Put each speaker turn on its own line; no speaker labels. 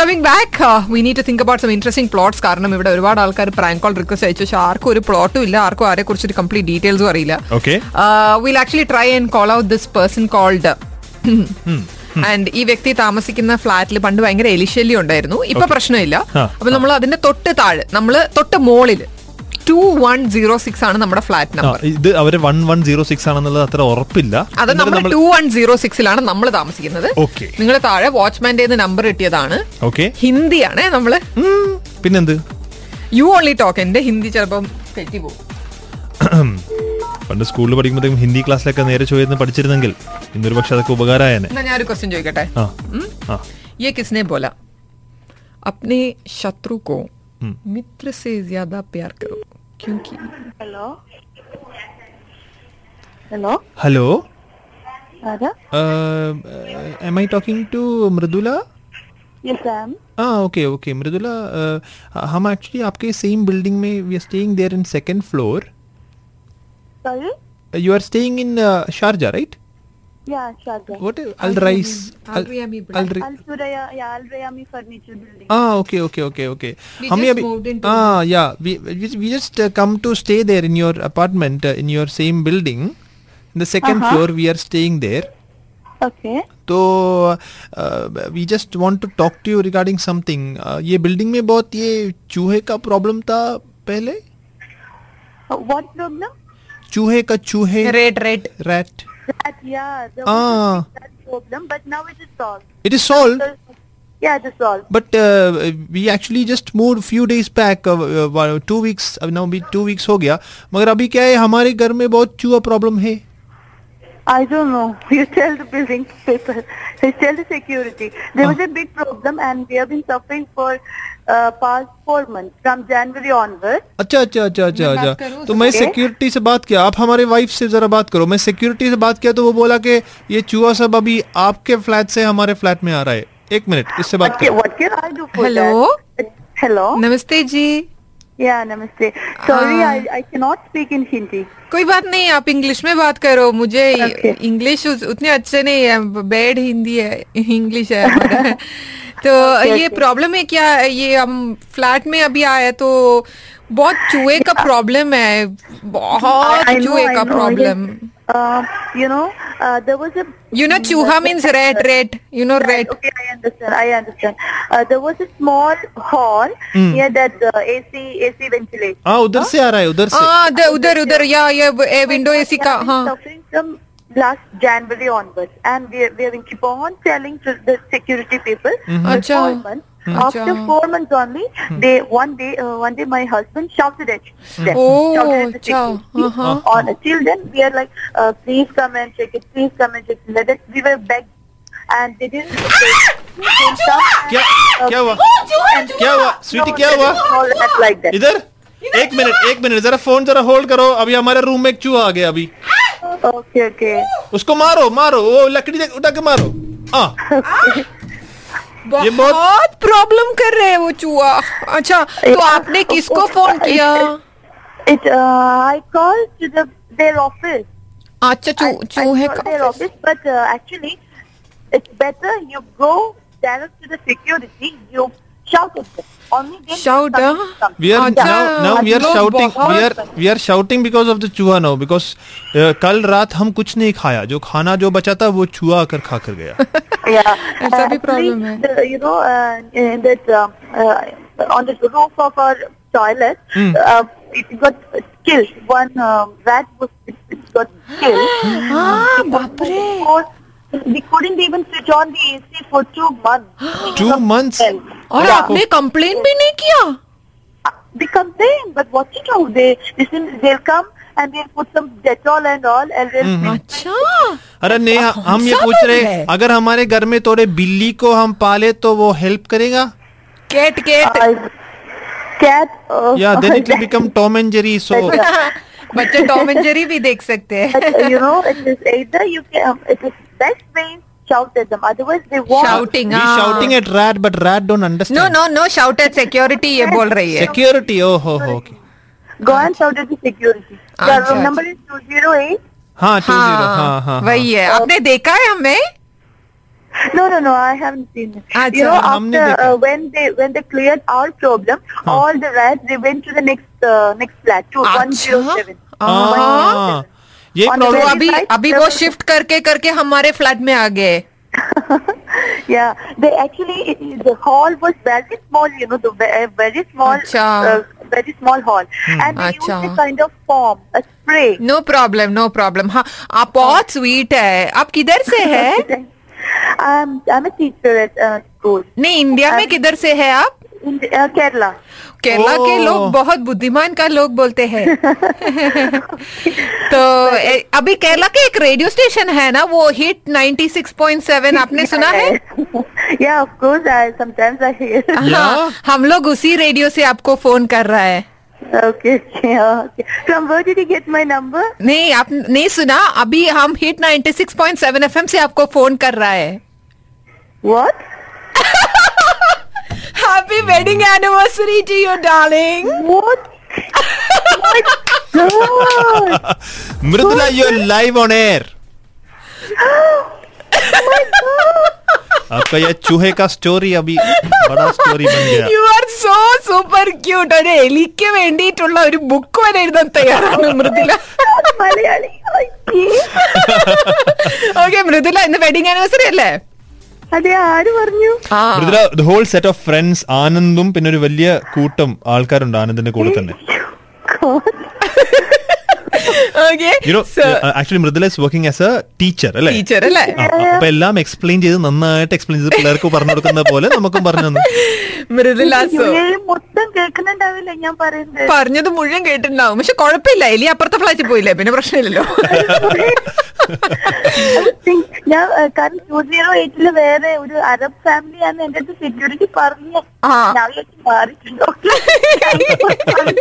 Coming back we need to think about some interesting plots കാരണം ഇവിടെ ഒരുപാട് ആൾക്കാർ പ്രാങ്ക് കോൾ റിക്വസ്റ്റ് അയച്ചു പക്ഷെ ആർക്കും ഒരു പ്ലോട്ടും ഇല്ല ആർക്കും ആരെ കുറിച്ചൊരു കംപ്ലീറ്റ് ഡീറ്റെയിൽസും അറിയില്ല Uh,
Okay.
Will actually try and call out this person called
Hmm.
And ഈ വ്യക്തി താമസിക്കുന്ന ഫ്ലാറ്റിൽ പണ്ട് ഭയങ്കര എലിശല്യം ഉണ്ടായിരുന്നു ഇപ്പൊ പ്രശ്നമില്ല
ആ,
അപ്പൊ നമ്മൾ അതിന്റെ തൊട്ട് താഴെ നമ്മള് തൊട്ട് മോളിൽ ടു വൺ സീറോ സിക്സ് ആണ് നമ്മുടെ ഫ്ലാറ്റ്
ആ,
നമ്പർ
ഇത് അവര് വൺ വൺ സീറോ സിക്സ് ആണെന്നുള്ളത് അത്ര ഉറപ്പില്ല
അത്
എന്നിട്ട്
നമ്മൾ
നമ്മള്-
ടു വൺ സീറോ സിക്സിലാണ് നമ്മൾ താമസിക്കുന്നത്
Okay.
നിങ്ങൾ താഴെ വാച്ച്മാന്റെ നമ്പർ കിട്ടിയതാണ്
ഓക്കെ
ഹിന്ദിയാണ് നമ്മള്
ഉം, പിന്നെന്ത്
യു ഓൺലി ടോക്ക് എന്റെ ഹിന്ദി ചിലപ്പം തെറ്റിപ്പോകും
പണ്ട് സ്കൂളിൽ പഠിക്കുമ്പോഴത്തേക്കും ഹിന്ദി ക്ലാസ്സിലൊക്കെ നേരെ ചോദിച്ചു പഠിച്ചിരുന്നെങ്കിൽ ഇന്നൊരു പക്ഷെ അതൊക്കെ ഉപകാരമായേനെ
എന്നാ ഞാനൊരു ക്വസ്റ്റ്യൻ ചോദിക്കട്ടെ
ആ ആ
ये किसने बोला अपने शत्रु को
हम्म।
मित्र से ज्यादा प्यार करो क्योंकि
ഹലോ ഹലോ
ഹലോ
ആരാ
Uh, am I talking to Mridula
yes am
हाँ ओके ओके मृदुला अ, हम एक्चुअली आपके सेम बिल्डिंग में we are staying there in second floor
sorry
you are staying in Sharjah right
yeah ഷാജ
what Al Rais
Al-Rayami Block.
Al Suraya Al Rayami furniture building
हाँ okay okay okay okay
We
हम
just
अभी
moved into-
हाँ yeah we just come to stay there in your apartment in your same building in the second
Uh-huh.
Floor we are staying there
okay
तो we just want to talk to you regarding something ये building में बहुत ये चूहे का problem था पहले
what problem
चूहे का चूहे
rat rat
rat
That, yeah, there
Ah.
was a that problem, but now it is solved.
it is solved
So, yeah, it is solved.
but uh, we actually just moved few days back uh, uh, two weeks अब now भी two weeks हो गया मगर अभी क्या है हमारे घर में बहुत चूहा problem है
I don't know. You tell the building people. You tell the security. There was a big problem, and we have been suffering for uh, past four months from January onwards.
अच्छा अच्छा अच्छा अच्छा
मैं बात
अच्छा
करूं
तो मैं
उससे?
security से बात किया आप हमारे wife से जरा बात करो मैं security से बात किया तो वो बोला कि ये चूहा सब अभी आपके flat से हमारे flat में आ रहा है एक मिनट इससे बात
What can,
करो
what can I do for
Hello?
that? Hello.
नमस्ते जी
Yeah, namaste. Sorry,
Ah.
I, I cannot speak in Hindi.
कोई बात नहीं आप इंग्लिश में बात करो मुझे
Okay.
इंग्लिश उस- उतने अच्छे नहीं है बैड हिंदी है इंग्लिश है हमारा। तो ये
okay.
प्रॉब्लम है क्या ये हम फ्लैट में अभी आए तो बहुत चूहे का प्रॉब्लम है बहुत
I, I know,
चूहे
I
का
know.
Problem
Yes. Uh, you know, uh, there was a.
You know, chuha means red, red. You know, red.
Okay, I understand. I understand. Uh, there was a small hall
Hmm.
near that uh, AC AC ventilation.
हाँ उधर से आ रहा है उधर से
हाँ द- उधर उधर या ये ये विंडो एसी का
We have been
हाँ
Suffering from last January onwards, and we we have been keep on telling to the security people for
Mm-hmm. Acha. Mm-hmm.
four months. After
Acha. Mm-hmm.
four months only, they one day uh, one day my husband shouted at them.
Oh,
shouted at the
acha.
security.
Uh-huh.
On till then we are like, uh, please come and check it, please come and check it. Like that we were begged, and they didn't. They, they come and,
क्या क्या हुआ क्या हुआ Sweety
No,
क्या
they
हुआ
didn't all act like that.
इधर एक minute एक मिनट जरा फोन जरा होल्ड करो अभी हमारे रूम में एक चूहा आ गया अभी
Okay, okay.
उसको मारो मारो वो लकड़ी दे- उठा के मारो आ ये बहुत-
बहुत प्रॉब्लम कर रहे हैं वो चूहा अच्छा तो आपने किसको फोन किया
It uh, I called to the their office.
अच्छा
I,
चू
I
चूहे
called their
का
office, but uh, actually, it's better you go direct to the security. You shout at them. Only then
Shout,
something
huh?
comes.
We are
अच्छा।
Now now we are
लोग
shouting
बहुत-
we are we are shouting because of the चूहा now because uh, कल रात हम कुछ नहीं खाया जो खाना जो बचा था वो चूहा आकर खा कर गया
Yeah. Uh,
ऐसा भी
Actually,
problem है।
the- You know, uh, in that um, uh, on the roof of our toilet, uh, it got killed. One um, rat was it, it got killed.
हाँ
Hmm.
बाप रे
Or we couldn't even switch on the AC for two months.
Two months
और आपने complain भी नहीं किया
Uh, They complain, but what you do? They listen. They'll come and they'll put some Dettol and all, and they'll
Mm-hmm.
Hmm.
अच्छा
अरे नेहा हम ये
सब
पूछ रहे
है।
हैं, अगर हमारे घर में थोड़े बिल्ली को हम पाले तो वो हेल्प करेगा
cat cat
uh, cat.
Oh
Uh,
या then it will become Tom and Jerry so
बच्चे टॉम एंड जेरी भी देख सकते हैं
but, uh, you know, it is either you can. Um, it is best way shout at them. Otherwise, they won't.
Shouting
we shouting at rat but rat don't
no
understand
no no shout at security ये बोल रही है
security ओ हो हो oh, okay.
Go and shout at the security.
Acha,
Your room
acha.
number is two zero eight.
हाँ,
हाँ to zero हाँ हाँ
वही है आपने देखा है हमें
No, no, no. I haven't seen it.
Acha,
you know,
हमने
after
देखा।
uh, when they when they cleared our problem,
हाँ.
all the rats they went to the next uh, next flat to
Acha.
one zero seven.
हाँ, ये
On
तो
Very
problem
अभी
nice.
अभी वो shift करके करके हमारे फ्लैट में आ गए
Yeah, they actually it, it- the hall was very small. You know, the ve- uh, very small,
Acha. Hmm,
uh, very small hall, and they
Acha.
used a kind of foam, a spray.
No problem no problem हाँ आप बहुत sweet है आप किधर से है
I'm I'm a teacher at uh, school
नहीं India में किधर से है आप
in the, uh, Kerala.
Kerala के
ओ।
लोग बहुत बुद्धिमान का लोग बोलते हैं तो ए, अभी केरला के एक रेडियो स्टेशन है ना वो हिट 96.7 आपने सुना है
yeah, of course. I sometimes I hear.
हाँ हम लोग उसी रेडियो से आपको फोन कर रहा है
Okay, okay, okay. From where did you get my number?
नहीं आप नहीं सुना अभी हम हिट 96.7 एफएम से आपको फोन कर रहा है
What?
Happy wedding anniversary to you darling
What? oh my god!
Mridula you are live on air आपका ये चूहे का स्टोरी अभी बड़ा स्टोरी बन गया
you are so super cute ഒരു എലിക്ക് വേണ്ടിയിട്ടുള്ള ഒരു ബുക്ക് വരെ എഴുതാൻ തയ്യാറാണ് Mridula
Malayali. Okay.
Okay Mridula ഇന്ന് വെഡിങ് ആനിവേഴ്സറി അല്ലേ
അതെ ആര് പറഞ്ഞു
ആ
Mridula the whole set of friends ആനന്ദും പിന്നെ ഒരു വലിയ കൂട്ടം ആൾക്കാരുണ്ട് ആനന്ദിന്റെ കൂടെ തന്നെ
God.
Okay
you know actually uh, Mridula is working as a teacher അല്ലേ
ടീച്ചർ അല്ലേ
ആ, ആ, അപ്പൊ എല്ലാം എക്സ്പ്ലെയിൻ ചെയ്ത് നന്നായിട്ട് എക്സ്പ്ലെയിൻ ചെയ്ത് പിള്ളേർക്ക് പറഞ്ഞു കൊടുക്കുന്ന പോലെ നമുക്കും പറഞ്ഞു തന്നു
മൃദുല സോ
ഇവര് മൊത്തം കേൾക്കുന്നുണ്ടാവില്ല ഞാൻ പറയുന്നത്
പറഞ്ഞത് മുഴുവൻ കേട്ടിട്ടുണ്ടാവും പക്ഷെ കുഴപ്പമില്ല എലി അപ്പുറത്തെ ഫ്ലാറ്റിൽ പോയില്ലേ പിന്നെ പ്രശ്നമില്ലല്ലോ
ഞാൻ ഏ, കാരണം ടു സീറോ എയ്റ്റില് വേറെ ഒരു അറബ് ഫാമിലിയാണ് എന്റെ അടുത്ത് സെക്യൂരിറ്റി പറഞ്ഞു
ആ.
ഞാൻ വിചാരിച്ചു മാറിയിട്ടുണ്ടോ